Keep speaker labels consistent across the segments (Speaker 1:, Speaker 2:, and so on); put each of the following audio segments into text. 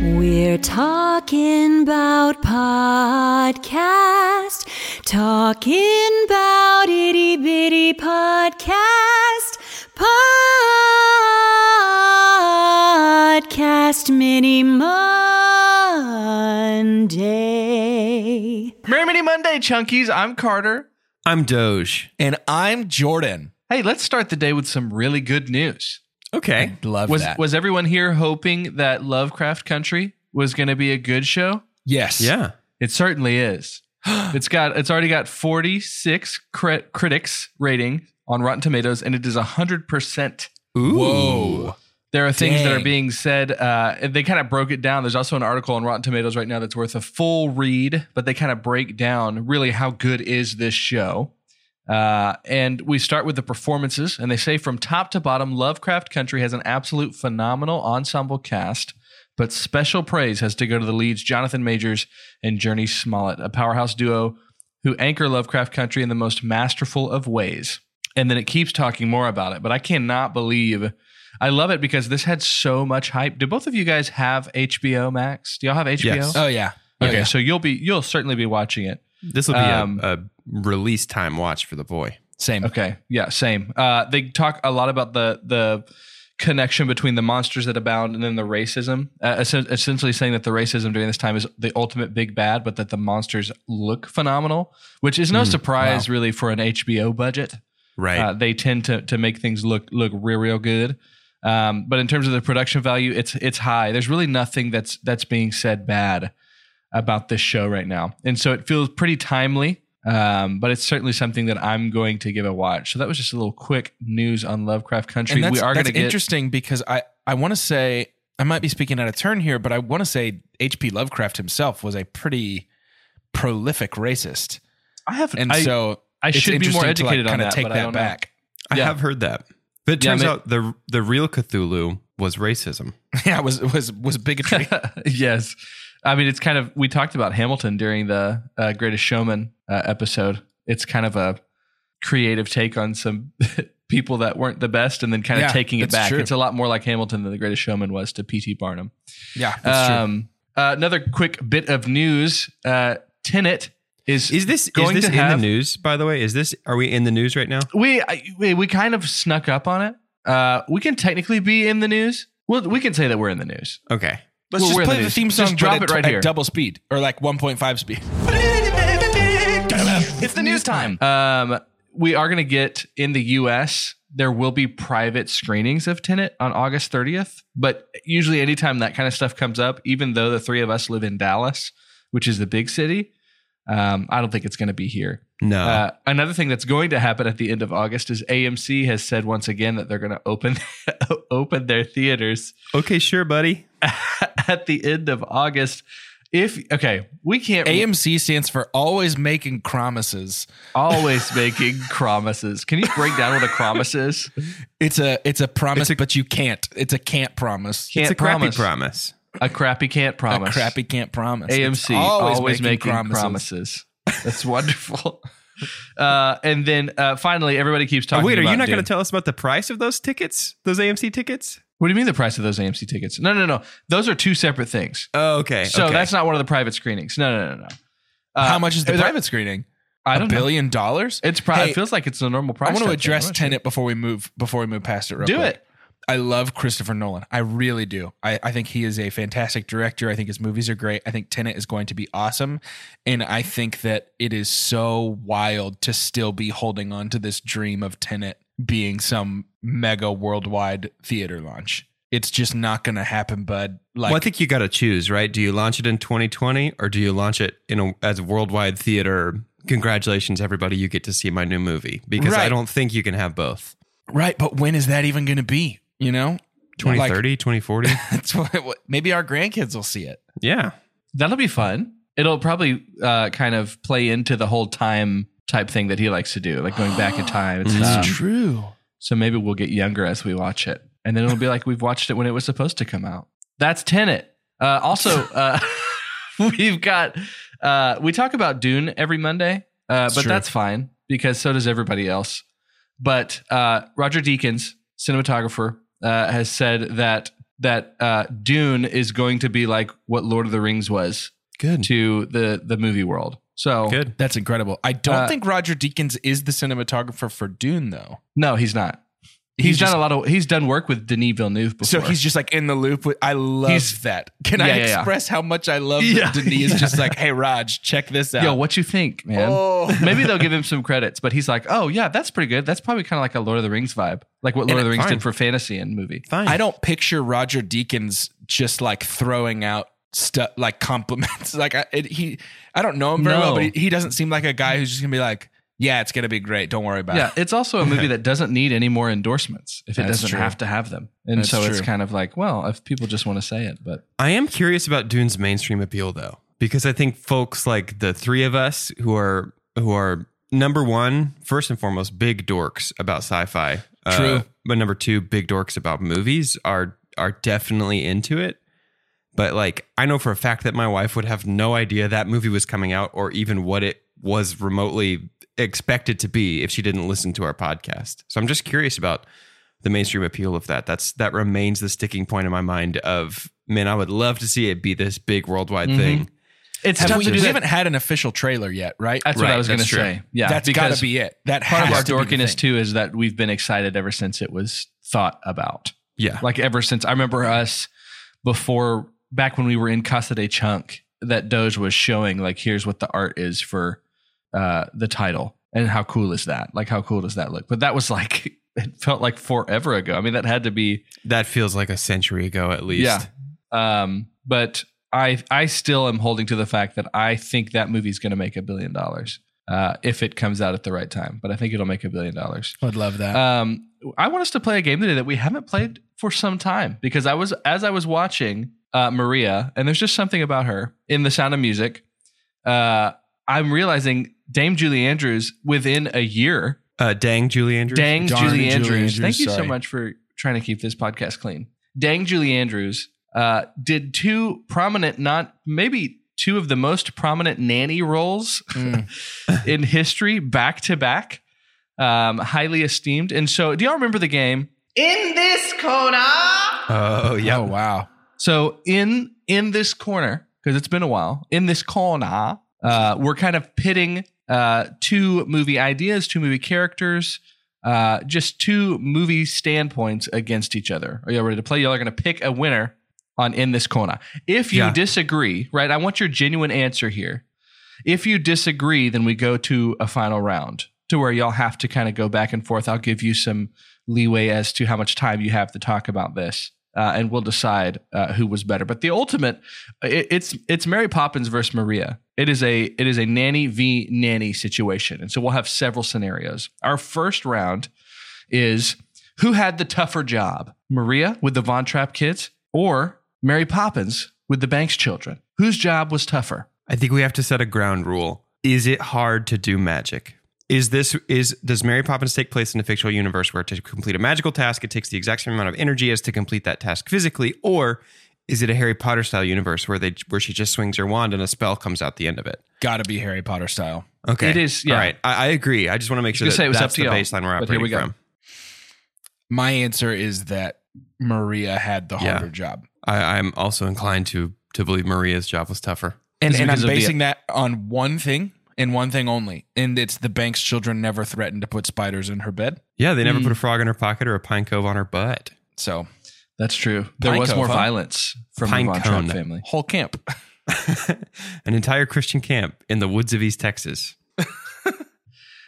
Speaker 1: We're talking about podcast, talking about itty bitty podcast, podcast mini Monday.
Speaker 2: Merry Mini Monday, Chunkies. I'm Carter.
Speaker 3: I'm Doge.
Speaker 4: And I'm Jordan.
Speaker 2: Hey, let's start the day with some really good news.
Speaker 3: Okay.
Speaker 4: Love
Speaker 2: was
Speaker 4: that.
Speaker 2: was everyone here hoping that Lovecraft Country was going to be a good show?
Speaker 4: yes.
Speaker 3: Yeah.
Speaker 2: It certainly is. it's got it's already got 46 crit- critics rating on Rotten Tomatoes and it is 100%.
Speaker 3: Ooh.
Speaker 4: Whoa.
Speaker 2: There are things that are
Speaker 4: Dang.
Speaker 2: being said. Uh, and they kind of broke it down. There's also an article on Rotten Tomatoes right now that's worth a full read, but they kind of break down really how good is this show. Uh, and we start with the performances, and they say from top to bottom, Lovecraft Country has an absolute phenomenal ensemble cast, but special praise has to go to the leads Jonathan Majors and Journey Smollett, a powerhouse duo who anchor Lovecraft Country in the most masterful of ways. And then it keeps talking more about it, but I cannot believe. I love it because this had so much hype. Do both of you guys have HBO Max? Do y'all have HBO?
Speaker 3: Yes.
Speaker 4: Oh yeah. Oh,
Speaker 2: Okay,
Speaker 4: yeah.
Speaker 2: so you'll be you'll certainly be watching it.
Speaker 3: This will be
Speaker 2: Um,
Speaker 3: a, a release time watch for the boy.
Speaker 4: Same.
Speaker 2: Okay. Yeah. Same. Uh, they talk a lot about the the connection between the monsters that abound and then the racism. Uh, es- essentially, saying that the racism during this time is the ultimate big bad, but that the monsters look phenomenal, which is no surprise really for an HBO budget.
Speaker 3: Right.
Speaker 2: Uh, they tend to to make things look look real real good. Um, but in terms of the production value, it's it's high. There's really nothing that's that's being said bad about this show right now, and so it feels pretty timely. Um, but it's certainly something that I'm going to give a watch. So that was just a little quick news on Lovecraft Country.
Speaker 4: And that's,
Speaker 2: we are going
Speaker 4: that's
Speaker 2: to get
Speaker 4: interesting because I I want to say I might be speaking out of turn here, but I want to say H.P. Lovecraft himself was a pretty prolific racist,
Speaker 2: I have
Speaker 4: and
Speaker 2: I,
Speaker 4: so
Speaker 2: I
Speaker 4: it's
Speaker 2: should be more
Speaker 4: interesting to, like,
Speaker 2: educated on
Speaker 4: kinda
Speaker 2: that.
Speaker 4: Take
Speaker 2: but I
Speaker 4: that
Speaker 2: don't know.
Speaker 4: back.
Speaker 3: I
Speaker 2: yeah.
Speaker 3: have heard that. But it
Speaker 2: Yeah,
Speaker 3: turns
Speaker 2: ma-
Speaker 3: out the the real Cthulhu was racism.
Speaker 4: yeah, it was it was was bigotry.
Speaker 2: yes. I mean, it's kind of, we talked about Hamilton during the uh, Greatest Showman uh, episode. It's kind of a creative take on some people that weren't the best and then kind of
Speaker 4: Yeah,
Speaker 2: taking it
Speaker 4: that's
Speaker 2: back.
Speaker 4: true.
Speaker 2: It's a lot more like Hamilton than the Greatest Showman was to P.T. Barnum.
Speaker 4: yeah, that's true.
Speaker 2: um, uh, another quick bit of news uh, Tenet is.
Speaker 3: Is this
Speaker 2: Going
Speaker 3: is
Speaker 2: to
Speaker 3: this in
Speaker 2: have-
Speaker 3: the news? By the way, is this are we in the news right now?
Speaker 2: we, I, we we kind of snuck up on it. Uh, we can technically be in the news. Well, we can say that we're in the news.
Speaker 3: Okay.
Speaker 4: Let's
Speaker 2: Well,
Speaker 4: just
Speaker 2: we're in
Speaker 4: play
Speaker 2: the
Speaker 4: the,
Speaker 2: news.
Speaker 4: theme song.
Speaker 2: Just drop it
Speaker 4: but at,
Speaker 2: right
Speaker 4: at
Speaker 2: here.
Speaker 4: double speed or like 1.5 speed.
Speaker 2: It's the news time. Um, we are going to get in the U.S. There will be private screenings of Tenet on August 30th. But usually, anytime that kind of stuff comes up, even though the three of us live in Dallas, which is the big city, um, I don't think it's going to be here.
Speaker 3: No.
Speaker 2: Uh, another thing that's going to happen at the end of August is AMC has said once again that they're going to open open their theaters
Speaker 3: okay, sure, buddy.
Speaker 2: at the end of August. If okay, we can't
Speaker 4: AMC stands for always making promises.
Speaker 2: always making promises. Can you break down what a promise is?
Speaker 4: It's a it's a promise, but you can't. It's a can't promise.
Speaker 2: Can't
Speaker 3: it's a
Speaker 2: promise.
Speaker 3: crappy promise.
Speaker 2: A crappy can't promise.
Speaker 4: A crappy can't promise. It's
Speaker 2: AMC always, making, promises. That's wonderful. uh, and then uh, finally, everybody keeps
Speaker 3: Oh,
Speaker 2: talking.
Speaker 3: wait, are you
Speaker 2: about
Speaker 3: not going
Speaker 2: Dune.
Speaker 3: to tell us about the price of those tickets? Those AMC tickets?
Speaker 2: What do you mean the price of those AMC tickets? No, no, no. Those are two separate things.
Speaker 3: Oh, okay.
Speaker 2: So
Speaker 3: okay.
Speaker 2: that's not one of the private screenings. No, no, no, no. Uh,
Speaker 4: How much is the
Speaker 2: there-
Speaker 4: private screening?
Speaker 2: I
Speaker 4: A
Speaker 2: don't know.
Speaker 4: billion dollars?
Speaker 2: It's probably
Speaker 4: Hey,
Speaker 2: it feels like it's a normal price.
Speaker 4: I want to
Speaker 2: type thing.
Speaker 4: address
Speaker 2: I'm not sure.
Speaker 4: Tenet before we move before we move past it. Real
Speaker 2: Do
Speaker 4: quick.
Speaker 2: it.
Speaker 4: I love Christopher Nolan. I really do. I, I think he is a fantastic director. I think his movies are great. I think Tenet is going to be awesome. And I think that it is so wild to still be holding on to this dream of Tenet being some mega worldwide theater launch. It's just not going to happen, bud. Like,
Speaker 3: well, I think you got to choose, right? Do you launch it in 2020 or do you launch it in a, as a worldwide theater? Congratulations, everybody! You get to see my new movie because
Speaker 4: Right.
Speaker 3: I don't think you can have both.
Speaker 4: right. But when is that even going to be? You know? Like,
Speaker 3: 2030, 2040.
Speaker 4: that's what, what- maybe our grandkids will see it.
Speaker 3: yeah,
Speaker 2: That'll be fun. It'll probably uh, kind of play into the whole time type thing that he likes to do, like going back in time and
Speaker 3: That's
Speaker 2: stuff.
Speaker 4: true.
Speaker 2: So maybe we'll get younger as we watch it, and then it'll be like we've watched it when it was supposed to come out. That's Tenet. Uh, also, uh, we've got uh, we talk about Dune every Monday, uh,
Speaker 4: It's
Speaker 2: but
Speaker 4: true.
Speaker 2: that's fine because so does everybody else. But uh, Roger Deakins, cinematographer, uh, has said that that uh, Dune is going to be like what Lord of the Rings was
Speaker 3: good,
Speaker 2: to the the movie world. So
Speaker 3: good.
Speaker 4: Hmm. That's incredible. I don't
Speaker 2: Uh,
Speaker 4: think Roger Deakins is the cinematographer for Dune though.
Speaker 2: no, he's not. He's,
Speaker 4: He's
Speaker 2: done
Speaker 4: just-
Speaker 2: a lot of. He's done work with Denis Villeneuve before.
Speaker 4: So he's just like in the loop with I love
Speaker 2: He's-
Speaker 4: that. Can I
Speaker 2: Yeah, yeah, yeah.
Speaker 4: express how much I love
Speaker 2: Yeah,
Speaker 4: that Denis
Speaker 2: yeah.
Speaker 4: is just like, hey Raj, check this out.
Speaker 2: yo, what you think, man?
Speaker 4: Oh.
Speaker 2: Maybe they'll give him some credits, but he's like, oh yeah, that's pretty good. That's probably kind of like a Lord of the Rings vibe, like what Lord
Speaker 3: And-
Speaker 2: of the Rings
Speaker 3: fine.
Speaker 2: did for fantasy and movie.
Speaker 3: Fine.
Speaker 4: I don't picture Roger Deakins just like throwing out stuff like compliments. like I it, he I don't know him very
Speaker 2: No.
Speaker 4: well, but he, he doesn't seem like a guy who's just gonna be like, Yeah, it's gonna be great. Don't worry about
Speaker 2: Yeah,
Speaker 4: it.
Speaker 2: it's also a movie that doesn't need any more endorsements if it
Speaker 4: That's
Speaker 2: doesn't
Speaker 4: true.
Speaker 2: have to have them, and
Speaker 4: That's
Speaker 2: so it's
Speaker 4: true.
Speaker 2: kind of like, well, if people just want to say it, but
Speaker 3: I am curious about Dune's mainstream appeal though, because I think folks like the three of us who are who are number one, first and foremost, big dorks about sci-fi. Uh,
Speaker 4: True.
Speaker 3: but number two, big dorks about movies are are definitely into it. But like I know for a fact that my wife would have no idea that movie was coming out or even what it was remotely expected to be if she didn't listen to our podcast. So I'm just curious about the mainstream appeal of that. That's that remains the sticking point in my mind of man, I would love to see it be this big worldwide
Speaker 2: Mhm.
Speaker 3: thing.
Speaker 2: it's
Speaker 4: Have
Speaker 2: tough
Speaker 4: we,
Speaker 2: to do
Speaker 4: we
Speaker 2: that.
Speaker 4: haven't had an official trailer yet, right?
Speaker 2: That's what
Speaker 3: Right,
Speaker 2: I was going to
Speaker 3: that's true.
Speaker 2: say. Yeah,
Speaker 4: That's
Speaker 2: because
Speaker 4: gotta be it. That
Speaker 2: part of our
Speaker 4: has to be the
Speaker 2: dorkiness
Speaker 4: thing.
Speaker 2: too is that we've been excited ever since it was thought about.
Speaker 3: Yeah.
Speaker 2: Like ever since I remember us before back when we were in Casa de Chunk that Doge was showing like here's what the art is for uh the title and how cool is that? Like how cool does that look? But that was like it felt like forever ago. I mean that had to be
Speaker 3: That feels like a century ago at least.
Speaker 2: Yeah. um but I I still am holding to the fact that I think that movie's going to make a billion dollars. Uh, if it comes out at the right time, but I think it'll make a billion dollars.
Speaker 4: I'd love that.
Speaker 2: Um, I want us to play a game today that we haven't played for some time because I was as I was watching uh, Maria, and there's just something about her in The Sound of Music. Uh, I'm realizing Dame Julie Andrews within a year.
Speaker 3: Uh dang Julie Andrews.
Speaker 2: Dang
Speaker 4: Darn
Speaker 2: Julie,
Speaker 4: Julie
Speaker 2: Andrews.
Speaker 4: Andrews,
Speaker 2: Thank you so
Speaker 4: sorry.
Speaker 2: much for trying to keep this podcast clean. Dang Julie Andrews uh, did two prominent, not maybe two of the most prominent nanny roles
Speaker 4: Mm.
Speaker 2: in history back to back. Um, highly esteemed. And so, do y'all remember the game? In this corner.
Speaker 3: Oh yeah.
Speaker 4: Oh wow.
Speaker 2: So in in this corner, because it's been a while, in this corner, uh, we're kind of pitting uh, two movie ideas, two movie characters, uh, just two movie standpoints against each other. Are y'all ready to play? Y'all are going to pick a winner on in this corner. If you
Speaker 3: Yeah.
Speaker 2: disagree, right? I want your genuine answer here. If you disagree, then we go to a final round to where y'all have to kind of go back and forth. I'll give you some leeway as to how much time you have to talk about this, uh, and we'll decide uh, who was better. But the ultimate, it, it's it's Mary Poppins versus Maria. It is a it is a nanny v nanny situation, and so we'll have several scenarios. Our first round is who had the tougher job, Maria with the Von Trapp kids or Mary Poppins with the Banks children? Whose job was tougher?
Speaker 3: I think we have to set a ground rule. Is it hard to do magic? Is this is does Mary Poppins take place in a fictional universe where to complete a magical task it takes the exact same amount of energy as to complete that task physically, or is it a Harry Potter style universe where they where she just swings her wand and a spell comes out the end of it?
Speaker 4: Gotta be Harry Potter style.
Speaker 3: Okay,
Speaker 2: It is, yeah.
Speaker 3: All right, I, I agree. I just want to make sure
Speaker 2: gonna
Speaker 3: that
Speaker 2: say it was
Speaker 3: that's
Speaker 2: up to
Speaker 3: the
Speaker 2: y'all,
Speaker 3: baseline we're
Speaker 2: but here
Speaker 3: operating
Speaker 2: we go.
Speaker 3: from.
Speaker 4: My answer is that Maria had the
Speaker 3: Yeah.
Speaker 4: harder job.
Speaker 3: I, I'm also inclined to to believe Maria's job was tougher.
Speaker 4: And,
Speaker 2: It's
Speaker 4: and I'm
Speaker 2: because of the-
Speaker 4: basing that on one thing and one thing only. And it's the bank's children never threatened to put spiders in her bed.
Speaker 3: Yeah, they never
Speaker 2: Mm.
Speaker 3: put a frog in her pocket or a pine cove on her butt.
Speaker 4: So,
Speaker 2: That's true. There
Speaker 4: Pine
Speaker 2: was
Speaker 4: Cove,
Speaker 2: more
Speaker 4: huh?
Speaker 2: violence from
Speaker 3: Pine
Speaker 2: the Von Trapp
Speaker 3: Cone.
Speaker 2: family.
Speaker 4: whole camp.
Speaker 3: An entire Christian camp in the woods of East Texas.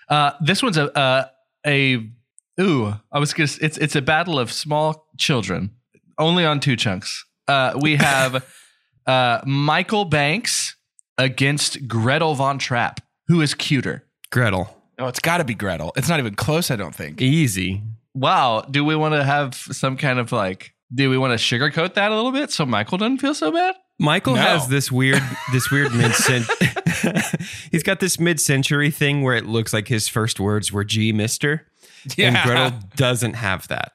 Speaker 2: Uh, this one's a uh, a ooh. I was gonna. s- It's it's a battle of small children, only on two chunks. Uh, we have uh, Michael Banks against Gretel Von Trapp. Who is cuter?
Speaker 3: Gretel.
Speaker 4: Oh, it's got to be Gretel. It's not even close, I don't think.
Speaker 3: Easy.
Speaker 2: Wow. Do we want to have some kind of like? Do we want to sugarcoat that a little bit so Michael doesn't feel so bad?
Speaker 3: Michael
Speaker 4: No.
Speaker 3: has this weird this weird mid He's got this mid-century thing where it looks like his first words were "Gee, mister." And Gretel doesn't have that.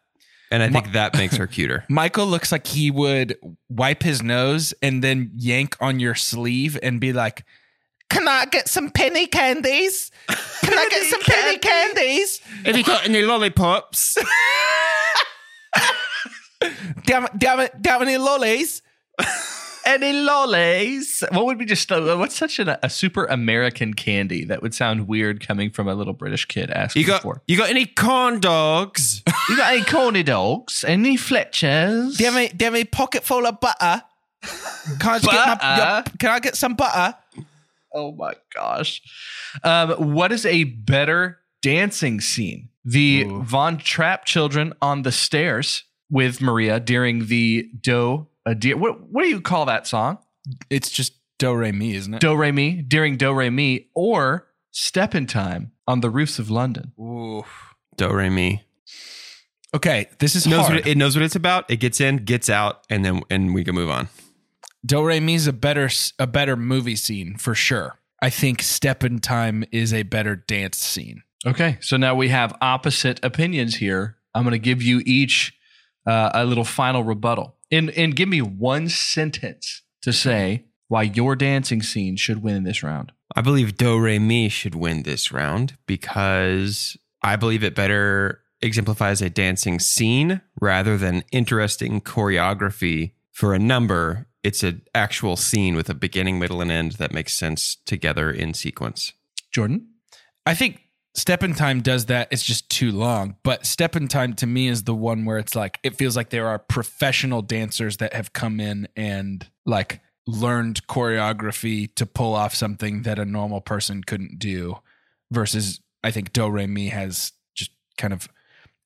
Speaker 3: And I think that makes her cuter.
Speaker 4: Michael looks like he would wipe his nose and then yank on your sleeve and be like, Can I get some penny candies? Can I get some penny candies?
Speaker 3: Have you got any lollipops?
Speaker 4: Damn, damn, damn any lollies?
Speaker 2: Any lollies? What would be just what's such an, a super American candy that would sound weird coming from a little British kid asking
Speaker 3: You got
Speaker 2: for?
Speaker 3: you got any corn dogs?
Speaker 2: You got any corny dogs? Any Fletchers?
Speaker 4: Damn it, damn it, pocket full of butter. Can I, just get my,
Speaker 2: Butter?
Speaker 4: your- can I get some butter?
Speaker 2: Oh my gosh. Um, what is a better dancing scene? The Von Trapp children on the stairs with Maria during the Do a Deer. What, what do you call that song?
Speaker 4: It's just do re mi, isn't it?
Speaker 2: Do Re Mi, during Do Re Mi, or Step in Time on the roofs of London.
Speaker 4: Ooh.
Speaker 3: Do re mi.
Speaker 4: Okay, this is
Speaker 3: Knows
Speaker 4: hard.
Speaker 3: what it, it knows what it's about. It gets in, gets out, and then and we can move on.
Speaker 4: Do Re Mi is a better s- a better movie scene for sure. I think Step in Time is a better dance scene.
Speaker 2: Okay, so now we have opposite opinions here. I'm going to give you each uh, a little final rebuttal, and and give me one sentence to say why your dancing scene should win in this round.
Speaker 3: I believe Do Re Mi should win this round because I believe it better exemplifies a dancing scene rather than interesting choreography for a number. It's an actual scene with a beginning, middle, and end that makes sense together in sequence.
Speaker 2: Jordan,
Speaker 4: I think Step in Time does that. It's just too long. But Step in Time to me is the one where it's like it feels like there are professional dancers that have come in and like learned choreography to pull off something that a normal person couldn't do. Versus, I think Do Re Mi has just kind of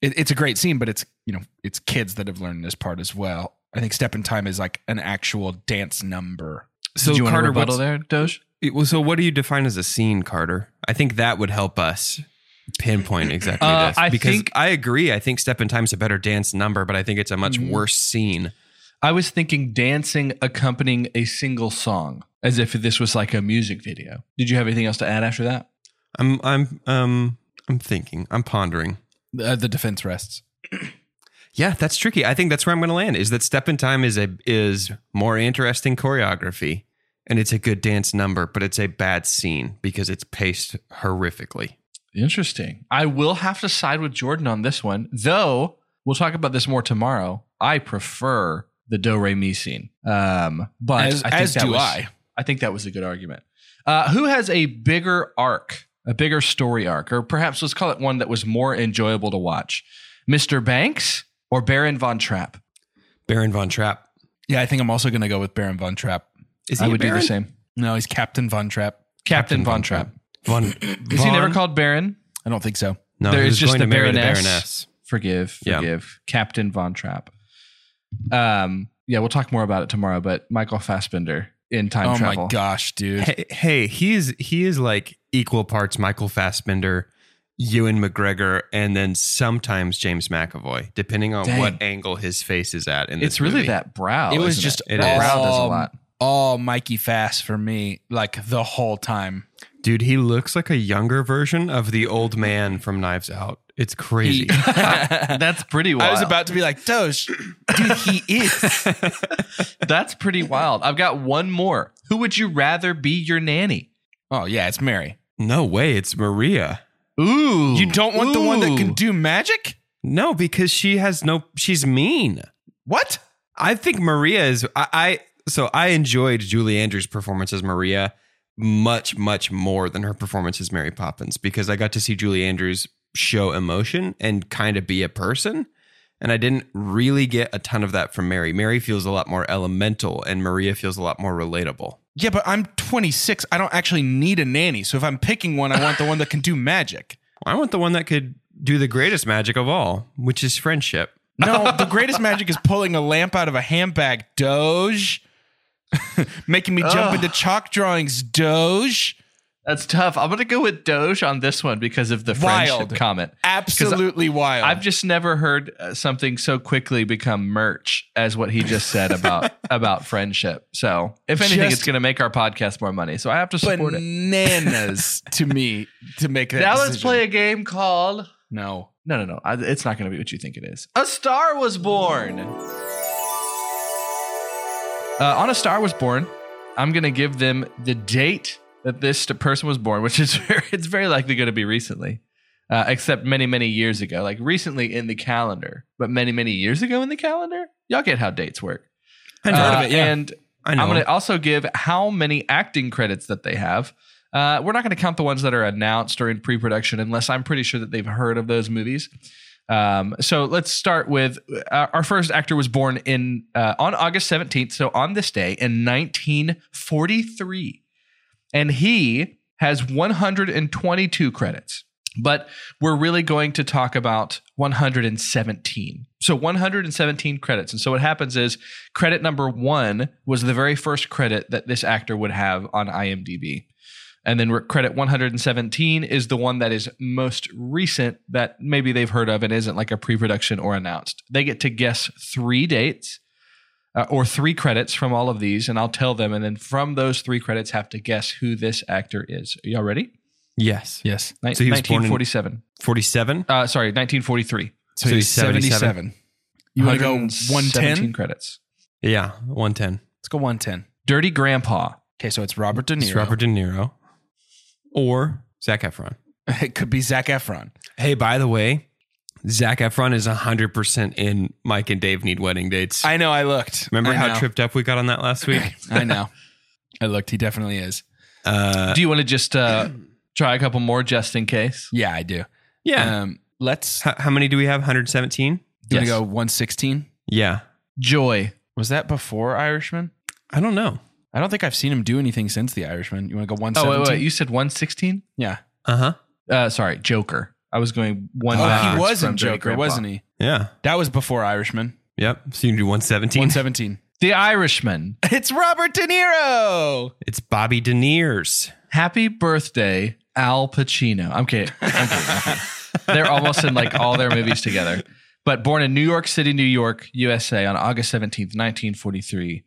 Speaker 4: it, it's a great scene, but it's you know it's kids that have learned this part as well. I think Step in Time is like an actual dance number.
Speaker 3: So
Speaker 2: did you want to
Speaker 3: Carter,
Speaker 2: rebuttal
Speaker 3: what's,
Speaker 2: there, Doge?
Speaker 3: it- well, so what do you define as a scene, Carter? I think that would help us pinpoint exactly
Speaker 2: Uh,
Speaker 3: this.
Speaker 2: I
Speaker 3: because
Speaker 2: think-
Speaker 3: I agree. I think Step in Time's a better dance number, but I think it's a much
Speaker 2: Mm.
Speaker 3: worse scene.
Speaker 2: I was thinking dancing accompanying a single song, as if this was like a music video. Did you have anything else to add after that?
Speaker 3: I'm I'm um I'm thinking. I'm pondering.
Speaker 4: Uh, the defense rests.
Speaker 3: Yeah, that's tricky. I think that's where I'm going to land. Is that Step in Time is a is more interesting choreography, and it's a good dance number, but it's a bad scene because it's paced horrifically.
Speaker 2: Interesting. I will have to side with Jordan on this one, though we'll talk about this more tomorrow. I prefer the Do Re Mi scene. Um, but
Speaker 4: As-
Speaker 2: I think
Speaker 4: as
Speaker 2: that
Speaker 4: do
Speaker 2: was,
Speaker 4: I.
Speaker 2: I think that was a good argument. Uh, who has a bigger arc, a bigger story arc, or perhaps let's call it one that was more enjoyable to watch? Mr. Banks or Baron Von Trapp?
Speaker 3: Baron von Trapp.
Speaker 4: Yeah, I think I'm also going to go with Baron Von Trapp.
Speaker 3: Is
Speaker 2: I
Speaker 3: a
Speaker 2: would do
Speaker 3: Baron?
Speaker 2: the same.
Speaker 4: No, he's Captain Von Trapp.
Speaker 2: Captain, Von, Trapp.
Speaker 3: Von.
Speaker 2: Is he never
Speaker 3: Von-
Speaker 2: called Baron?
Speaker 4: I don't think so.
Speaker 3: No,
Speaker 2: There
Speaker 3: he
Speaker 2: is
Speaker 3: was
Speaker 2: just
Speaker 3: going
Speaker 2: the
Speaker 3: to marry the
Speaker 2: Baroness.
Speaker 3: Baroness.
Speaker 2: Forgive,
Speaker 3: Yeah.
Speaker 2: forgive. Captain Von Trapp. Um, yeah, we'll talk more about it tomorrow, but Michael Fassbender in time
Speaker 4: oh
Speaker 2: travel.
Speaker 4: my gosh, dude.
Speaker 3: Hey, hey, he is he is like equal parts Michael Fassbender, Ewan McGregor, and then sometimes James McAvoy, depending on
Speaker 2: Dang.
Speaker 3: what angle his face is at. In
Speaker 2: It's
Speaker 3: this
Speaker 2: really
Speaker 3: movie.
Speaker 2: that brow.
Speaker 4: it was
Speaker 2: isn't
Speaker 4: just
Speaker 3: It
Speaker 2: that
Speaker 3: is.
Speaker 2: brow does a
Speaker 4: all-
Speaker 2: lot.
Speaker 4: all Oh, Mikey Fast for me, like the whole time.
Speaker 3: Dude, he looks like a younger version of the old man from Knives Out. It's crazy.
Speaker 4: He-
Speaker 2: That's pretty wild.
Speaker 4: I was about to be like, Doge, dude, he is.
Speaker 2: That's pretty wild. I've got one more. Who would you rather be your nanny?
Speaker 4: oh, yeah, it's Mary.
Speaker 3: no way, it's Maria.
Speaker 2: Ooh.
Speaker 4: You don't want the one that can
Speaker 2: Ooh.
Speaker 4: do magic?
Speaker 3: No, because she has no. She's mean.
Speaker 4: What?
Speaker 3: I think Maria is. I, I so I enjoyed Julie Andrews' performance as Maria much, much more than her performance as Mary Poppins because I got to see Julie Andrews show emotion and kind of be a person. And I didn't really get a ton of that from Mary. Mary feels a lot more elemental, and Maria feels a lot more relatable.
Speaker 4: Yeah, but I'm 26. I don't actually need a nanny. So if I'm picking one, I want the one that can do magic.
Speaker 3: I want the one that could do the greatest magic of all, which is friendship.
Speaker 4: No, the greatest magic is pulling a lamp out of a handbag, Doge. Making me jump
Speaker 2: Ugh.
Speaker 4: into chalk drawings, Doge.
Speaker 2: That's tough. I'm gonna go with Doge on this one because of the
Speaker 4: Wild.
Speaker 2: friendship comment.
Speaker 4: Absolutely wild.
Speaker 2: I've just never heard uh, something so quickly become merch as what he just said about about friendship. So, if anything,
Speaker 4: Just-
Speaker 2: it's going to make our podcast more money. So I have to support it.
Speaker 4: bananas to me to make that.
Speaker 2: Now let's
Speaker 4: decision.
Speaker 2: play a game called.
Speaker 4: No.
Speaker 2: No, no, no. I, it's not going to be what you think it is. A Star Was Born. Uh, on A Star Was Born, I'm going to give them the date that this person was born, which is very, it's very likely going to be recently, uh, except many, many years ago. Like recently in the calendar, but many, many years ago in the calendar. Y'all get how dates work.
Speaker 3: I know.
Speaker 2: Uh,
Speaker 4: it, yeah.
Speaker 2: And
Speaker 3: I know.
Speaker 2: I'm going to also give how many acting credits that they have. Uh, we're not going to count the ones that are announced or in pre production unless I'm pretty sure that they've heard of those movies. Um, so let's start with uh, our first actor was born in uh, on August 17th, so on this day in 1943, and he has 122 credits. But we're really going to talk about 117. So 117 credits, and so what happens is credit number one was the very first credit that this actor would have on IMDb. And then re- credit 117 is the one that is most recent that maybe they've heard of and isn't like a pre production or announced. They get to guess three dates uh, or three credits from all of these, and I'll tell them. And then from those three credits, have to guess who this actor is. Are y'all ready?
Speaker 3: yes.
Speaker 4: Yes.
Speaker 2: Nin-
Speaker 3: So he was born in-
Speaker 2: 1947.
Speaker 3: 47?
Speaker 2: uh, sorry, 1943.
Speaker 3: So he's 77.
Speaker 4: You want to go
Speaker 2: 117
Speaker 4: 110?
Speaker 2: credits.
Speaker 3: Yeah, 110.
Speaker 4: Let's go 110.
Speaker 2: Dirty Grandpa.
Speaker 4: Okay, so it's Robert De Niro.
Speaker 3: It's Robert De Niro or Zach Efron.
Speaker 4: it could be Zach Efron.
Speaker 3: Hey, by the way, Zach Efron is 100% in Mike and Dave Need Wedding Dates.
Speaker 4: I know. I looked.
Speaker 3: Remember
Speaker 4: I
Speaker 3: how
Speaker 4: know.
Speaker 3: tripped up we got on that last week?
Speaker 4: I know. I looked. He definitely is.
Speaker 3: Uh,
Speaker 2: Do you want to just uh, try a couple more just in case?
Speaker 4: Yeah, I do.
Speaker 3: yeah.
Speaker 4: Um, let's
Speaker 3: H- how many do we have? 117?
Speaker 4: do we
Speaker 2: Yes.
Speaker 4: go 116.
Speaker 3: Yeah.
Speaker 2: Joy.
Speaker 4: Was that before Irishman?
Speaker 3: I don't know.
Speaker 4: I don't think I've seen him do anything since The Irishman. You want to go
Speaker 2: Oh, wait,
Speaker 4: 117?
Speaker 2: wait. You said 116?
Speaker 4: yeah.
Speaker 3: Uh huh.
Speaker 2: Uh, sorry, Joker. I was going one.
Speaker 4: Oh, he
Speaker 2: backwards
Speaker 4: was
Speaker 2: from
Speaker 4: in
Speaker 2: Dirty
Speaker 4: Joker,
Speaker 2: Grandpa.
Speaker 4: wasn't he?
Speaker 3: Yeah.
Speaker 4: That was before Irishman.
Speaker 3: Yep. So you can do 117.
Speaker 4: 117.
Speaker 2: The Irishman.
Speaker 4: It's Robert De Niro.
Speaker 3: It's Bobby De Niers.
Speaker 2: Happy birthday, Al Pacino. I'm kidding. I'm kidding. I'm kidding. They're almost in like all their movies together. But born in New York City, New York, USA on August 17th, 1943,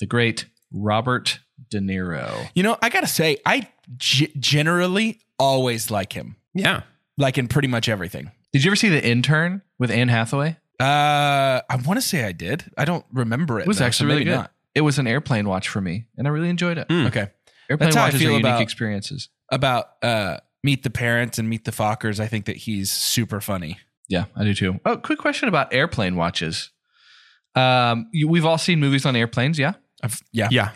Speaker 2: the great Robert De Niro.
Speaker 4: You know, I got to say, I g- generally always like him,
Speaker 3: Yeah.
Speaker 4: like in pretty much everything.
Speaker 2: Did you ever see The Intern with Anne Hathaway?
Speaker 4: Uh, I want to say I did. I don't remember it.
Speaker 2: It was
Speaker 4: though,
Speaker 2: actually
Speaker 4: so
Speaker 2: really
Speaker 4: maybe
Speaker 2: good. It was an airplane watch for me, and I really enjoyed it.
Speaker 3: Mm.
Speaker 4: Okay.
Speaker 2: Airplane
Speaker 4: Hmm. That's how I
Speaker 2: watches are
Speaker 4: feel
Speaker 2: unique
Speaker 4: about-
Speaker 2: experiences.
Speaker 4: About uh, Meet the Parents and Meet the Fockers, I think that he's super funny.
Speaker 2: Yeah, I do too. Oh, quick question about airplane watches. Um, you, we've all seen movies on airplanes, yeah.
Speaker 4: I've, yeah.
Speaker 3: Yeah.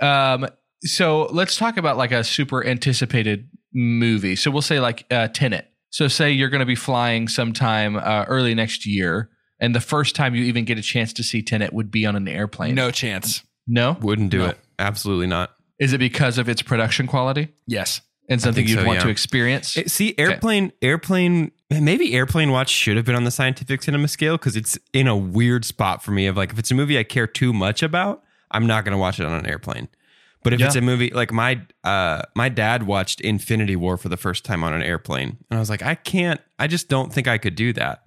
Speaker 2: Um, so let's talk about like a super anticipated movie. So we'll say like uh, Tenet. So say you're going to be flying sometime uh, early next year, and the first time you even get a chance to see Tenet would be on an airplane.
Speaker 4: No chance.
Speaker 2: no.
Speaker 3: Wouldn't do
Speaker 4: No.
Speaker 3: it. Absolutely not.
Speaker 2: Is it because of its production quality
Speaker 4: Yes.
Speaker 2: and something
Speaker 3: think
Speaker 2: you'd
Speaker 3: so,
Speaker 2: want
Speaker 3: yeah.
Speaker 2: to experience?
Speaker 3: It- Eh, see, airplane, airplane, eh, maybe airplane watch should have been on the scientific cinema scale because it's in a weird spot for me. Of like, if it's a movie I care too much about, I'm not going to watch it on an airplane. But if
Speaker 2: Yeah.
Speaker 3: it's a movie like my uh, my dad watched Infinity War for the first time on an airplane, and I was like, I can't. I just don't think I could do that.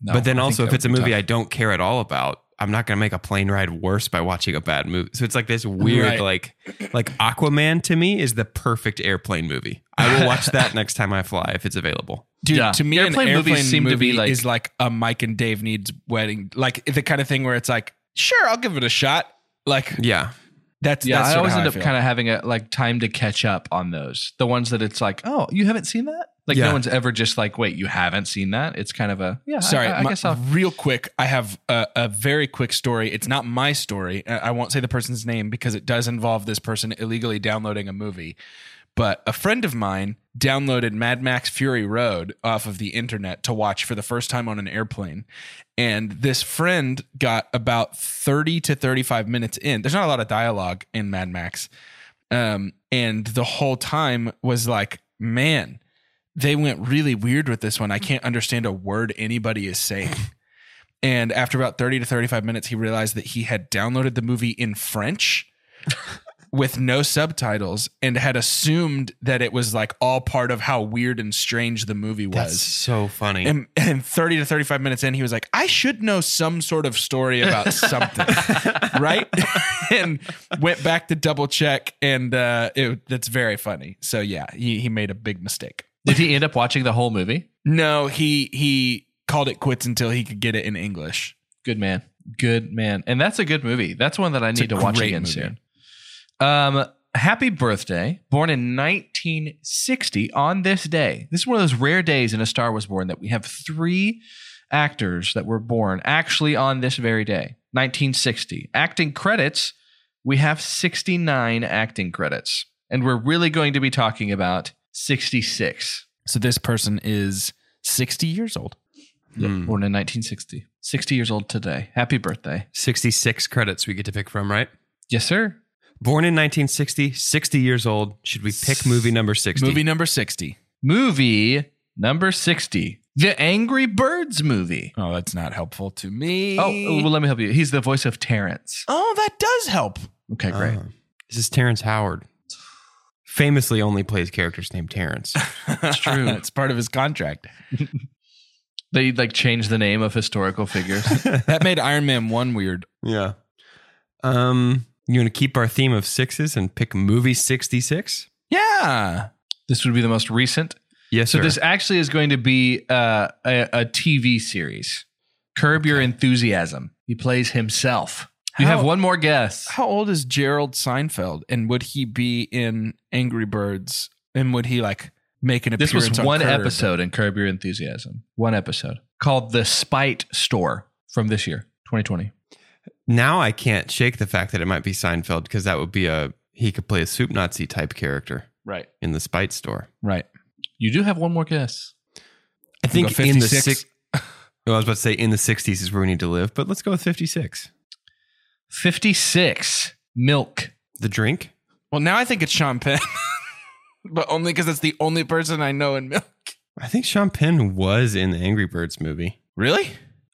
Speaker 4: No,
Speaker 3: but then
Speaker 4: I think
Speaker 3: also,
Speaker 4: that
Speaker 3: if it's a
Speaker 4: would be
Speaker 3: movie
Speaker 4: tough.
Speaker 3: I don't care at all about, I'm not going to make a plane ride worse by watching a bad movie. So it's like this weird,
Speaker 4: Right.
Speaker 3: like, like Aquaman to me is the perfect airplane movie. I will watch that next time I fly if it's available.
Speaker 4: Dude,
Speaker 2: Yeah.
Speaker 4: to me,
Speaker 2: Airplane
Speaker 4: an
Speaker 2: movies
Speaker 4: airplane
Speaker 2: seem to
Speaker 4: movie
Speaker 2: be like-
Speaker 4: is like a Mike and Dave needs wedding, like the kind of thing where it's like, sure, I'll give it a shot. Like
Speaker 3: Yeah,
Speaker 4: That's
Speaker 2: yeah,
Speaker 4: That's
Speaker 2: I
Speaker 4: sorta
Speaker 2: always
Speaker 4: how
Speaker 2: end up
Speaker 4: feel.
Speaker 2: kind of having a like time to catch up on those. The ones that it's like, oh, you haven't seen that. Like
Speaker 3: Yeah.
Speaker 2: no one's ever just like, wait, you haven't seen that. It's kind of a yeah. I-
Speaker 4: Sorry,
Speaker 2: I, I
Speaker 4: my-
Speaker 2: guess I'll.
Speaker 4: real quick. I have a, a very quick story. It's not my story. I I won't say the person's name because it does involve this person illegally downloading a movie. But a friend of mine downloaded Mad Max Fury Road off of the internet to watch for the first time on an airplane. And this friend got about 30 to 35 minutes in. There's not a lot of dialogue in Mad Max. Um, and the whole time was like, man, they went really weird with this one. I can't understand a word anybody is saying. And after about 30 to 35 minutes, he realized that he had downloaded the movie in French with no subtitles and had assumed that it was like all part of how weird and strange the movie was.
Speaker 3: That's so funny.
Speaker 4: And, and 30 to 35 minutes in, he was like, I should know some sort of story about something, right? and went back to double check. And uh, it, that's very funny. So, yeah, he, he made a big mistake.
Speaker 2: Did he end up watching the whole movie?
Speaker 4: No, he he called it quits until he could get it in English.
Speaker 2: Good man. Good man. And that's a good movie. That's one that I
Speaker 4: It's
Speaker 2: need
Speaker 4: a
Speaker 2: to watch
Speaker 4: great
Speaker 2: again
Speaker 4: movie.
Speaker 2: soon. Um, happy birthday. Born in 1960 on this day. This is one of those rare days in A Star Was Born that we have three actors that were born actually on this very day, 1960. Acting credits, we have 69 acting credits. And we're really going to be talking about 66.
Speaker 4: So this person is 60 years old.
Speaker 2: Yeah,
Speaker 3: Hmm.
Speaker 2: Born in 1960. 60 years old today. Happy birthday.
Speaker 3: 66 credits we get to pick from, right?
Speaker 2: Yes, sir.
Speaker 3: Born in 1960, 60 years old. Should we pick movie number 60?
Speaker 4: Movie number 60.
Speaker 2: Movie number 60, the Angry Birds movie.
Speaker 4: Oh, that's not helpful to me.
Speaker 2: Oh, well, let me help you. He's the voice of Terrence.
Speaker 4: oh, that does help.
Speaker 2: Okay, great.
Speaker 3: Oh. This is Terrence Howard. Famously only plays characters named Terrence.
Speaker 4: That's
Speaker 2: true.
Speaker 4: it's part of his contract.
Speaker 2: They like changed the name of historical figures.
Speaker 4: That made Iron Man 1 weird.
Speaker 3: yeah. Um, you want to keep our theme of sixes and pick movie 66?
Speaker 4: Yeah.
Speaker 2: this would be the most recent.
Speaker 3: Yes,
Speaker 2: So
Speaker 3: sir.
Speaker 2: this actually is going to be uh, a, a TV series. Curb Your Enthusiasm. He plays himself. You
Speaker 4: How-
Speaker 2: have one more guess.
Speaker 4: How old is Gerald Seinfeld and would he be in Angry Birds and would he like make an
Speaker 2: this
Speaker 4: appearance
Speaker 2: was
Speaker 4: on
Speaker 2: one
Speaker 4: Curb?
Speaker 2: episode in Curb Your Enthusiasm. One episode called The Spite Store from this year, 2020.
Speaker 3: now I can't shake the fact that it might be Seinfeld because that would be a, he could play a soup Nazi type character
Speaker 4: Right.
Speaker 3: in the Spite Store.
Speaker 4: Right.
Speaker 2: You do have one more guess.
Speaker 3: I think
Speaker 4: We'll go
Speaker 3: in the
Speaker 4: 56.
Speaker 3: six. Well, I was about to say in the 60s is where we need to live, but let's go with 56.
Speaker 2: 56 milk
Speaker 3: The drink?
Speaker 4: Well, now I think it's Sean Penn, but only because it's the only person I know in milk.
Speaker 3: I think Sean Penn was in the Angry Birds movie.
Speaker 4: Really?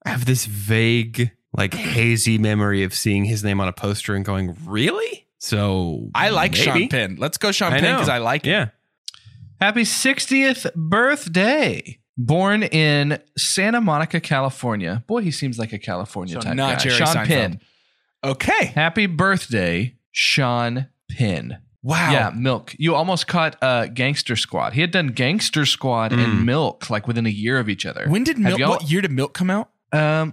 Speaker 3: I have this vague, like hazy memory of seeing his name on a poster and going, really? So
Speaker 4: I like
Speaker 3: maybe.
Speaker 4: Sean Penn. Let's go Sean
Speaker 3: I
Speaker 4: Penn
Speaker 3: know.
Speaker 4: because I like it.
Speaker 3: Yeah.
Speaker 2: happy 60th birthday born in santa monica california boy he seems like a california
Speaker 4: So
Speaker 2: type
Speaker 4: not
Speaker 2: guy
Speaker 4: Jerry
Speaker 2: sean
Speaker 4: Seinfeld.
Speaker 2: penn
Speaker 4: Okay.
Speaker 2: happy birthday sean penn
Speaker 4: Wow.
Speaker 2: yeah milk you almost caught uh, gangster squad he had done gangster squad
Speaker 3: Mm.
Speaker 2: and milk like within a year of each other
Speaker 4: When did
Speaker 2: Have
Speaker 4: milk?
Speaker 2: y'all-
Speaker 4: What year did milk come out?
Speaker 2: Um,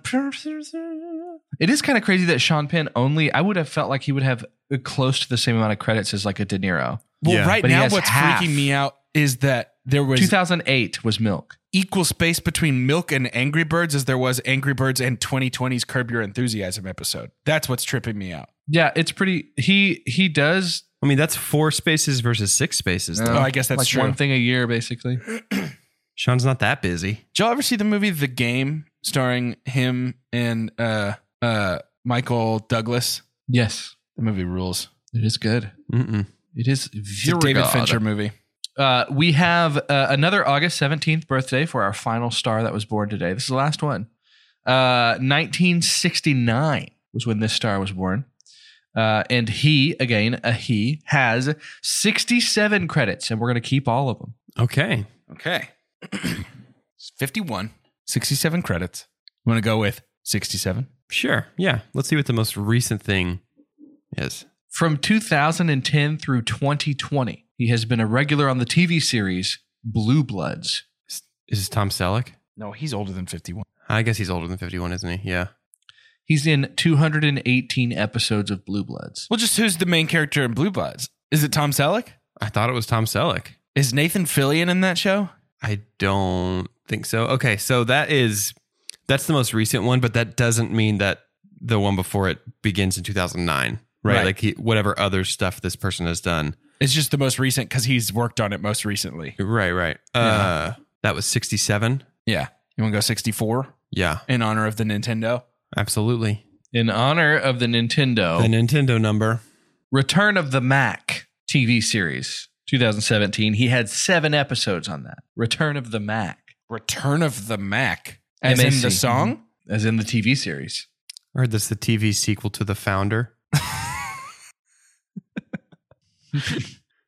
Speaker 2: it is kind of crazy that Sean Penn only. I would have felt like he would have close to the same amount of credits as like a De Niro.
Speaker 4: Well,
Speaker 3: Yeah.
Speaker 4: right
Speaker 2: But he
Speaker 4: now,
Speaker 2: has
Speaker 4: what's
Speaker 2: half.
Speaker 4: freaking me out is that there was
Speaker 2: 2008 was Milk.
Speaker 4: equal space between Milk and Angry Birds as there was Angry Birds and 2020's Curb Your Enthusiasm episode. That's what's tripping me out.
Speaker 2: Yeah, it's pretty. He he does
Speaker 3: I mean, that's four spaces versus six spaces.
Speaker 2: Uh,
Speaker 3: Though.
Speaker 4: Oh, I guess that's
Speaker 2: like
Speaker 4: true.
Speaker 2: one thing a year, basically.
Speaker 3: Sean's not that busy.
Speaker 4: Did y'all ever see the movie The Game starring him and uh uh Michael Douglas?
Speaker 2: Yes,
Speaker 4: The movie rules.
Speaker 2: it is good.
Speaker 3: Mm-mm.
Speaker 2: It is
Speaker 4: It's a David
Speaker 2: Virgod.
Speaker 4: Fincher movie.
Speaker 2: Uh, we have uh, another August seventeenth birthday for our final star that was born today. This is the last one. Uh, Nineteen sixty nine was when this star was born. Uh, and he, again, a he, has 67 credits, and we're going to keep all of them.
Speaker 3: Okay.
Speaker 4: Okay. it's 51, 67 credits. You want to go with 67?
Speaker 3: Sure. Yeah. Let's see what the most recent thing is.
Speaker 2: From 2010 through 2020, he has been a regular on the TV series Blue Bloods.
Speaker 3: Is this Tom Selleck?
Speaker 4: No, he's older than 51.
Speaker 3: I guess he's older than 51, isn't he? Yeah.
Speaker 2: He's in 218 episodes of Blue Bloods.
Speaker 4: Well, just who's the main character in Blue Bloods? Is it Tom Selleck?
Speaker 3: I thought it was Tom Selleck.
Speaker 4: Is Nathan Fillion in that show?
Speaker 3: I don't think so. Okay, so that is that's the most recent one, but that doesn't mean that the one before it begins in 2009, right?
Speaker 4: Right.
Speaker 3: Like he, whatever other stuff this person has done.
Speaker 4: It's just the most recent because he's worked on it most recently.
Speaker 3: Right, right. Uh that was 67.
Speaker 4: Yeah. You want to go 64
Speaker 3: Yeah,
Speaker 4: in honor of the Nintendo?
Speaker 3: absolutely.
Speaker 2: In honor of the
Speaker 4: Oh.
Speaker 2: Nintendo
Speaker 3: The Nintendo number.
Speaker 2: Return of the Mac TV series, 2017, he had seven episodes on that. Return of the Mac,
Speaker 4: Return of the Mac. As in the
Speaker 2: MAC.
Speaker 4: song?
Speaker 2: Mm-hmm. as in the TV series.
Speaker 3: Or that's the TV sequel to The Founder.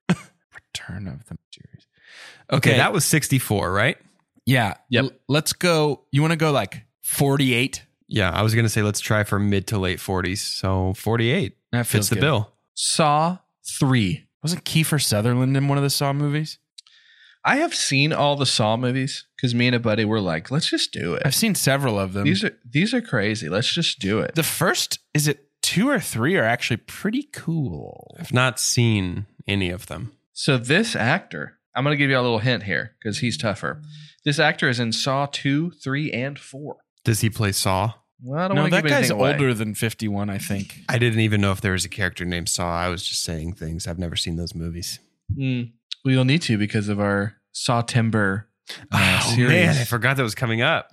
Speaker 4: Return of the series.
Speaker 3: Okay,
Speaker 4: Okay.
Speaker 3: that was 64, right?
Speaker 4: yeah.
Speaker 2: Yep.
Speaker 4: L- let's go. You want to go like 48?
Speaker 3: Yeah, I was going to say let's try for mid to late 40s. So 48
Speaker 4: That
Speaker 3: fits the
Speaker 4: good.
Speaker 3: bill.
Speaker 2: Saw 3.
Speaker 4: Wasn't Kiefer Sutherland in one of the Saw movies?
Speaker 2: I have seen all the Saw movies because me and a buddy were like, let's just do it.
Speaker 4: I've seen several of them.
Speaker 2: These are these are crazy. Let's just do it.
Speaker 4: the first, is it two or three, are actually pretty cool.
Speaker 3: I've not seen any of them.
Speaker 2: So this actor, I'm going to give you a little hint here because he's tougher. This actor is in Saw 2, 3, and 4.
Speaker 3: Does he play Saw?
Speaker 2: Well, I don't
Speaker 4: No,
Speaker 2: want to
Speaker 4: that
Speaker 2: give
Speaker 4: guy's
Speaker 2: anything away.
Speaker 4: older than 51, I think.
Speaker 3: I didn't even know if there was a character named Saw. I was just saying things. I've never seen those movies.
Speaker 2: Mm. Well, you'll need to because of our Saw Timber uh, series.
Speaker 3: Oh, man, I forgot that was coming up.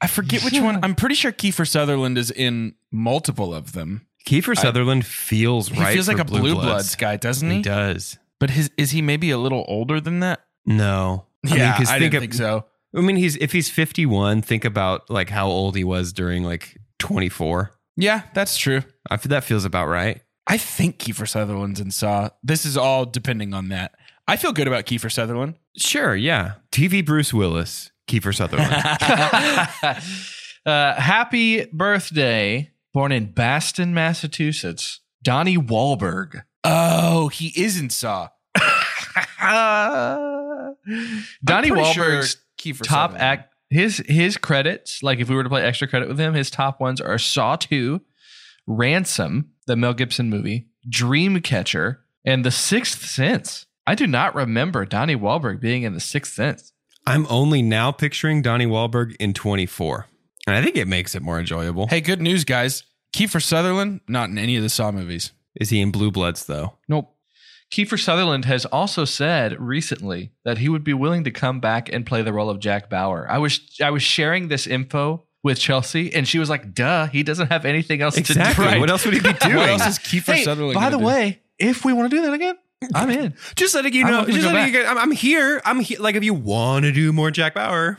Speaker 4: I forget which one. I'm pretty sure Kiefer Sutherland is in multiple of them.
Speaker 3: Kiefer Sutherland feels
Speaker 4: He
Speaker 3: right.
Speaker 4: feels
Speaker 3: for
Speaker 4: like a blue, bloods. guy, doesn't he?
Speaker 3: He does.
Speaker 4: But his is he maybe a little older than that?
Speaker 3: No,
Speaker 4: I,
Speaker 3: because
Speaker 4: didn't
Speaker 3: of-
Speaker 4: think so.
Speaker 3: I mean, he's if he's fifty one, think about like how old he was during like twenty four.
Speaker 4: Yeah, that's true.
Speaker 3: I feel that feels about right.
Speaker 4: I think Kiefer Sutherland's in Saw. This is all depending on that. I feel good about Kiefer Sutherland.
Speaker 3: Sure, yeah. TV Bruce Willis, Kiefer Sutherland.
Speaker 2: uh, happy birthday, born in Baston, Massachusetts, Donnie Wahlberg.
Speaker 4: Oh, he is in Saw.
Speaker 2: Donnie
Speaker 4: I'm pretty
Speaker 2: Wahlberg's
Speaker 4: Kiefer
Speaker 2: top
Speaker 4: Sutherland.
Speaker 2: act his his credits like if we were to play extra credit with him his top ones are saw 2 ransom the mel gibson movie dreamcatcher and the sixth sense i do not remember donnie Wahlberg being in the sixth sense
Speaker 3: I'm only now picturing Donnie Wahlberg in twenty four, and I think it makes it more enjoyable.
Speaker 4: Hey, good news, guys. Kiefer Sutherland not in any of the Saw movies.
Speaker 3: Is he in Blue Bloods though?
Speaker 4: Nope.
Speaker 2: Kiefer Sutherland has also said recently that he would be willing to come back and play the role of Jack Bauer. I was I was sharing this info with Chelsea, and she was like, "Duh, he doesn't have anything else
Speaker 3: Exactly.
Speaker 2: to do."
Speaker 3: What else would he be doing?
Speaker 4: What else is Kiefer
Speaker 2: Hey,
Speaker 4: Sutherland?
Speaker 2: by
Speaker 4: gonna
Speaker 2: the
Speaker 4: do?
Speaker 2: way, if we want to do that again, I'm in.
Speaker 3: Just letting you
Speaker 2: I'm
Speaker 3: know.
Speaker 2: welcome to
Speaker 3: Just
Speaker 2: go
Speaker 3: letting
Speaker 2: back.
Speaker 3: you guys, I'm, I'm here. I'm here. Like, if you want to do more Jack Bauer,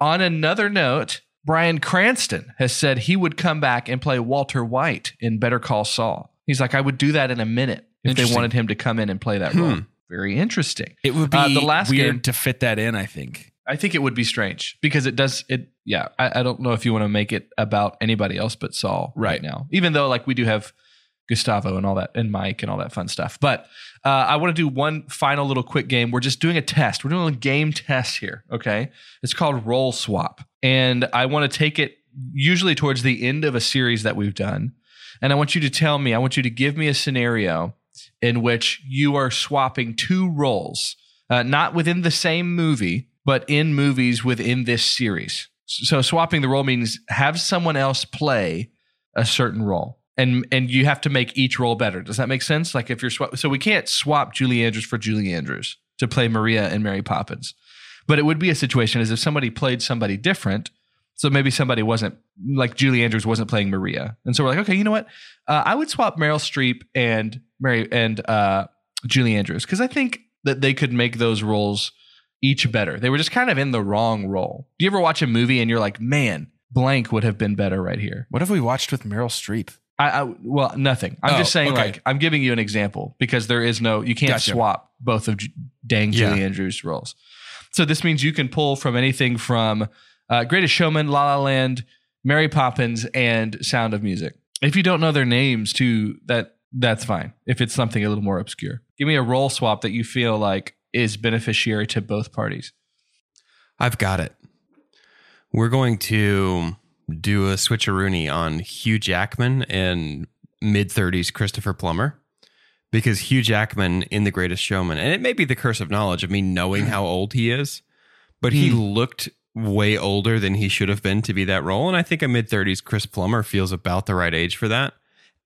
Speaker 2: On another note, Brian Cranston has said he would come back and play Walter White in Better Call Saul. He's like, I would do that in a minute if they
Speaker 4: Interesting.
Speaker 2: wanted him to come in and play that role.
Speaker 3: Hmm.
Speaker 2: Very interesting.
Speaker 4: It would be
Speaker 2: Uh, the last
Speaker 4: weird
Speaker 2: game-
Speaker 4: to fit that in, I think.
Speaker 2: I think it would be strange because it does it. Yeah, I, I don't know if you want to make it about anybody else but Saul right,
Speaker 4: Right.
Speaker 2: now. Even though like we do have Gustavo and all that, and Mike and all that fun stuff. But uh, I want to do one final little quick game. We're just doing a test. We're doing a little game test here. Okay, it's called Roll Swap, and I want to take it usually towards the end of a series that we've done, and I want you to tell me. I want you to give me a scenario in which you are swapping two roles uh, not within the same movie, but in movies within this series. So swapping the role means have someone else play a certain role, and and you have to make each role better. Does that make sense? Like if you're swa- so we can't swap Julie Andrews for Julie Andrews to play Maria and Mary Poppins, but it would be a situation as if somebody played somebody different. So maybe somebody wasn't like Julie Andrews wasn't playing Maria, and so we're like, okay, you know what? Uh, I would swap Meryl Streep and Mary and uh, Julie Andrews because I think that they could make those roles each better. They were just kind of in the wrong role. Do you ever watch a movie and you're like, man, blank would have been better right here?
Speaker 4: What have we watched with Meryl Streep?
Speaker 2: I, I well, nothing. I'm
Speaker 4: Oh,
Speaker 2: just saying,
Speaker 4: okay.
Speaker 2: like, I'm giving you an example because there is no, you can't
Speaker 4: Gotcha.
Speaker 2: swap both of Ju- dang
Speaker 3: Yeah.
Speaker 2: Julie Andrews roles. So this means you can pull from anything from uh, Greatest Showman, La La Land, Mary Poppins, and Sound of Music. If you don't know their names, too, that that's fine. If it's something a little more obscure, give me a role swap that you feel like is beneficiary to both parties.
Speaker 3: I've got it. We're going to do a switcheroony on Hugh Jackman and mid 30s Christopher Plummer because Hugh Jackman in The Greatest Showman, and it may be the curse of knowledge of me knowing how old he is, but he looked way older than he should have been to be that role. And I think a mid 30s Chris Plummer feels about the right age for that.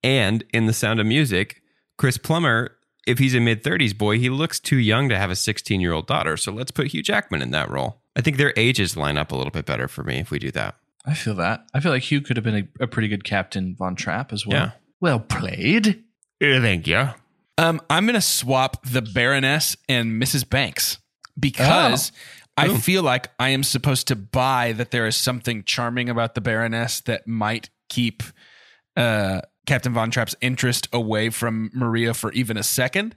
Speaker 3: And in The Sound of Music, Chris Plummer, if he's a mid 30s boy, he looks too young to have a 16 year old daughter. So let's put Hugh Jackman in that role. I think their ages line up a little bit better for me if we do that.
Speaker 2: I feel that. I feel like Hugh could have been a, a pretty good Captain Von Trapp as well.
Speaker 3: Yeah.
Speaker 2: Well played.
Speaker 3: Thank you.
Speaker 4: Um, I'm gonna swap the Baroness and Mrs. Banks because I
Speaker 3: Oh. Ooh.
Speaker 4: feel like I am supposed to buy that there is something charming about the Baroness that might keep uh, Captain Von Trapp's interest away from Maria for even a second,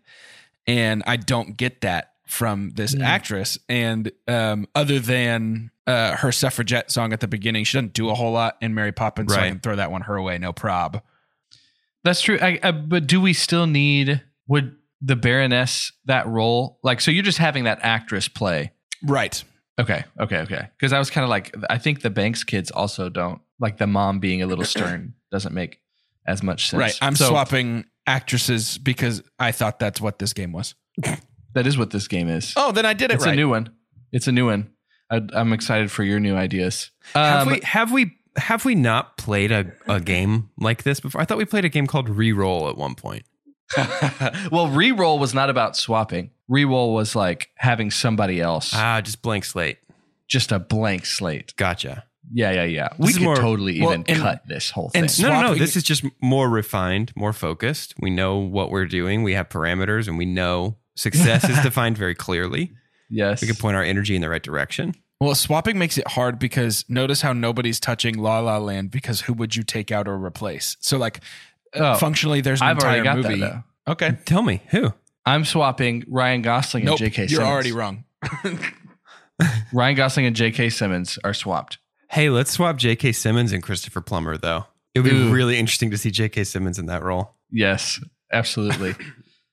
Speaker 4: and I don't get that from this
Speaker 3: Mm.
Speaker 4: actress. And um, other than uh, her suffragette song at the beginning, she doesn't do a whole lot in Mary Poppins, so I
Speaker 3: Right.
Speaker 4: can throw that one her away, no prob.
Speaker 2: That's true. I, I, but do we still need would the Baroness that role? Like, so you're just having that actress play.
Speaker 4: Right.
Speaker 2: Okay, okay, okay. Because I was kind of like, I think the Banks kids also don't like the mom being a little stern doesn't make as much sense.
Speaker 4: Right. I'm
Speaker 2: so
Speaker 4: swapping actresses because I thought that's what this game was.
Speaker 2: That is what this game is.
Speaker 4: Oh, then I did it
Speaker 2: it's
Speaker 4: right.
Speaker 2: a new one. It's a new one. I, I'm excited for your new ideas.
Speaker 3: Have
Speaker 2: Um,
Speaker 3: we have we have we not played a, a game like this before? I thought we played a game called Reroll at one point.
Speaker 2: well, re-roll was not about swapping. Re-roll was like having somebody else,
Speaker 3: Ah, just blank slate.
Speaker 2: just a blank slate.
Speaker 3: Gotcha.
Speaker 2: Yeah, yeah, yeah.
Speaker 3: This
Speaker 2: We
Speaker 3: is
Speaker 2: could
Speaker 3: more-
Speaker 2: totally
Speaker 4: well,
Speaker 2: even
Speaker 4: and-
Speaker 2: cut this whole thing.
Speaker 4: and
Speaker 3: No, no, no.
Speaker 4: Swapping-
Speaker 3: This is just more refined, more focused. We know what we're doing. We have parameters, and we know success is defined very clearly.
Speaker 2: yes.
Speaker 3: We can point our energy in the right direction.
Speaker 4: well, swapping makes it hard because notice how nobody's touching La La Land because who would you take out or replace? So like
Speaker 2: Oh,
Speaker 4: functionally there's an
Speaker 2: I've
Speaker 4: entire
Speaker 2: already got
Speaker 4: movie.
Speaker 2: that. Though.
Speaker 4: okay.
Speaker 3: Tell me who.
Speaker 2: I'm swapping Ryan Gosling
Speaker 4: Nope.
Speaker 2: and J.K.
Speaker 4: You're
Speaker 2: Simmons.
Speaker 4: already wrong.
Speaker 2: Ryan Gosling and J.K. Simmons are swapped.
Speaker 3: Hey, let's swap J.K. Simmons and Christopher Plummer, though. It would be
Speaker 2: Ooh.
Speaker 3: really interesting to see J.K. Simmons in that role.
Speaker 2: Yes, absolutely.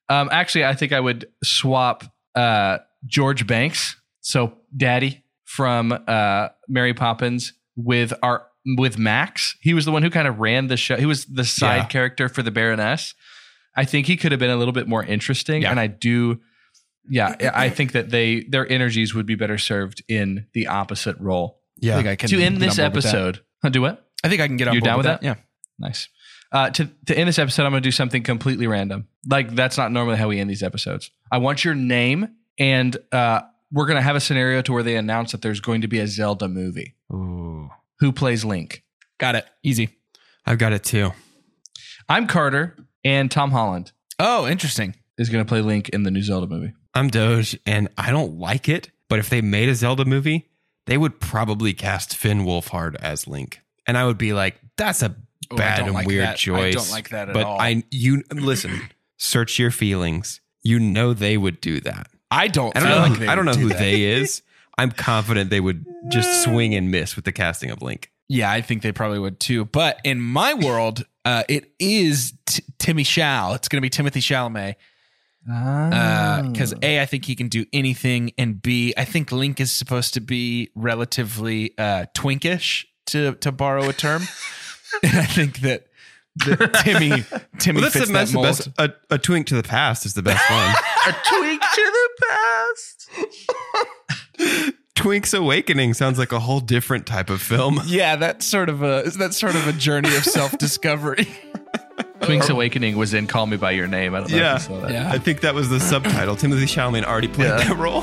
Speaker 2: um, actually, I think I would swap uh, George Banks, so Daddy from uh, Mary Poppins, with our with Max. He was the one who kind of ran the show. He was the side
Speaker 3: Yeah.
Speaker 2: character for the Baroness. I think he could have been a little bit more interesting,
Speaker 4: Yeah.
Speaker 2: and I do. Yeah, I think that they their energies would be better served in the opposite role.
Speaker 3: Yeah.
Speaker 4: I can
Speaker 2: to end this
Speaker 4: get on board with that.
Speaker 2: episode, Huh, do what?
Speaker 4: I think I can get on
Speaker 2: You're
Speaker 4: board
Speaker 2: down with that?
Speaker 4: Yeah.
Speaker 2: Nice. Uh, to to end this episode, I'm going to do something completely random. Like that's not normally how we end these episodes. I want your name, and uh, we're going to have a scenario to where they announce that there's going to be a Zelda movie.
Speaker 4: Ooh.
Speaker 2: Who plays Link?
Speaker 4: Got it. Easy.
Speaker 3: I've got it too.
Speaker 2: I'm Carter, and Tom Holland
Speaker 4: Oh, interesting.
Speaker 2: is going to play Link in the new Zelda movie.
Speaker 3: I'm Doge, and I don't like it. But if they made a Zelda movie, they would probably cast Finn Wolfhard as Link, and I would be like, "That's a
Speaker 4: Ooh, I
Speaker 3: bad
Speaker 4: don't
Speaker 3: and
Speaker 4: like
Speaker 3: weird
Speaker 4: that. I
Speaker 3: choice."
Speaker 4: don't like that at
Speaker 3: but
Speaker 4: all.
Speaker 3: I, you listen, search your feelings. You know they would do that.
Speaker 4: I don't
Speaker 3: I don't
Speaker 4: feel
Speaker 3: know.
Speaker 4: like Oh, they
Speaker 3: I don't know
Speaker 4: would do
Speaker 3: who
Speaker 4: that.
Speaker 3: they is. I'm confident they would just swing and miss with the casting of Link.
Speaker 4: Yeah, I think they probably would too. But in my world, uh, it is t- Timmy Shal. It's going to be Timothy Chalamet because
Speaker 3: Ah.
Speaker 4: a, I think he can do anything, and b, I think Link is supposed to be relatively uh, twinkish to to borrow a term. and I think that, that Timmy Timmy
Speaker 3: Well, that's
Speaker 4: fits
Speaker 3: the,
Speaker 4: that
Speaker 3: that's the
Speaker 4: mold.
Speaker 3: best. A, a twink to the past is the best one.
Speaker 2: a tweak to the past.
Speaker 3: Twink's Awakening sounds like a whole different type of film.
Speaker 4: Yeah, that's sort of a that's sort of a journey of self discovery.
Speaker 2: Twink's Awakening was in Call Me by Your Name. I don't know
Speaker 3: Yeah.
Speaker 2: if you saw that.
Speaker 3: I think that was the subtitle. Timothy Chalamet already played
Speaker 2: Yeah.
Speaker 3: that role.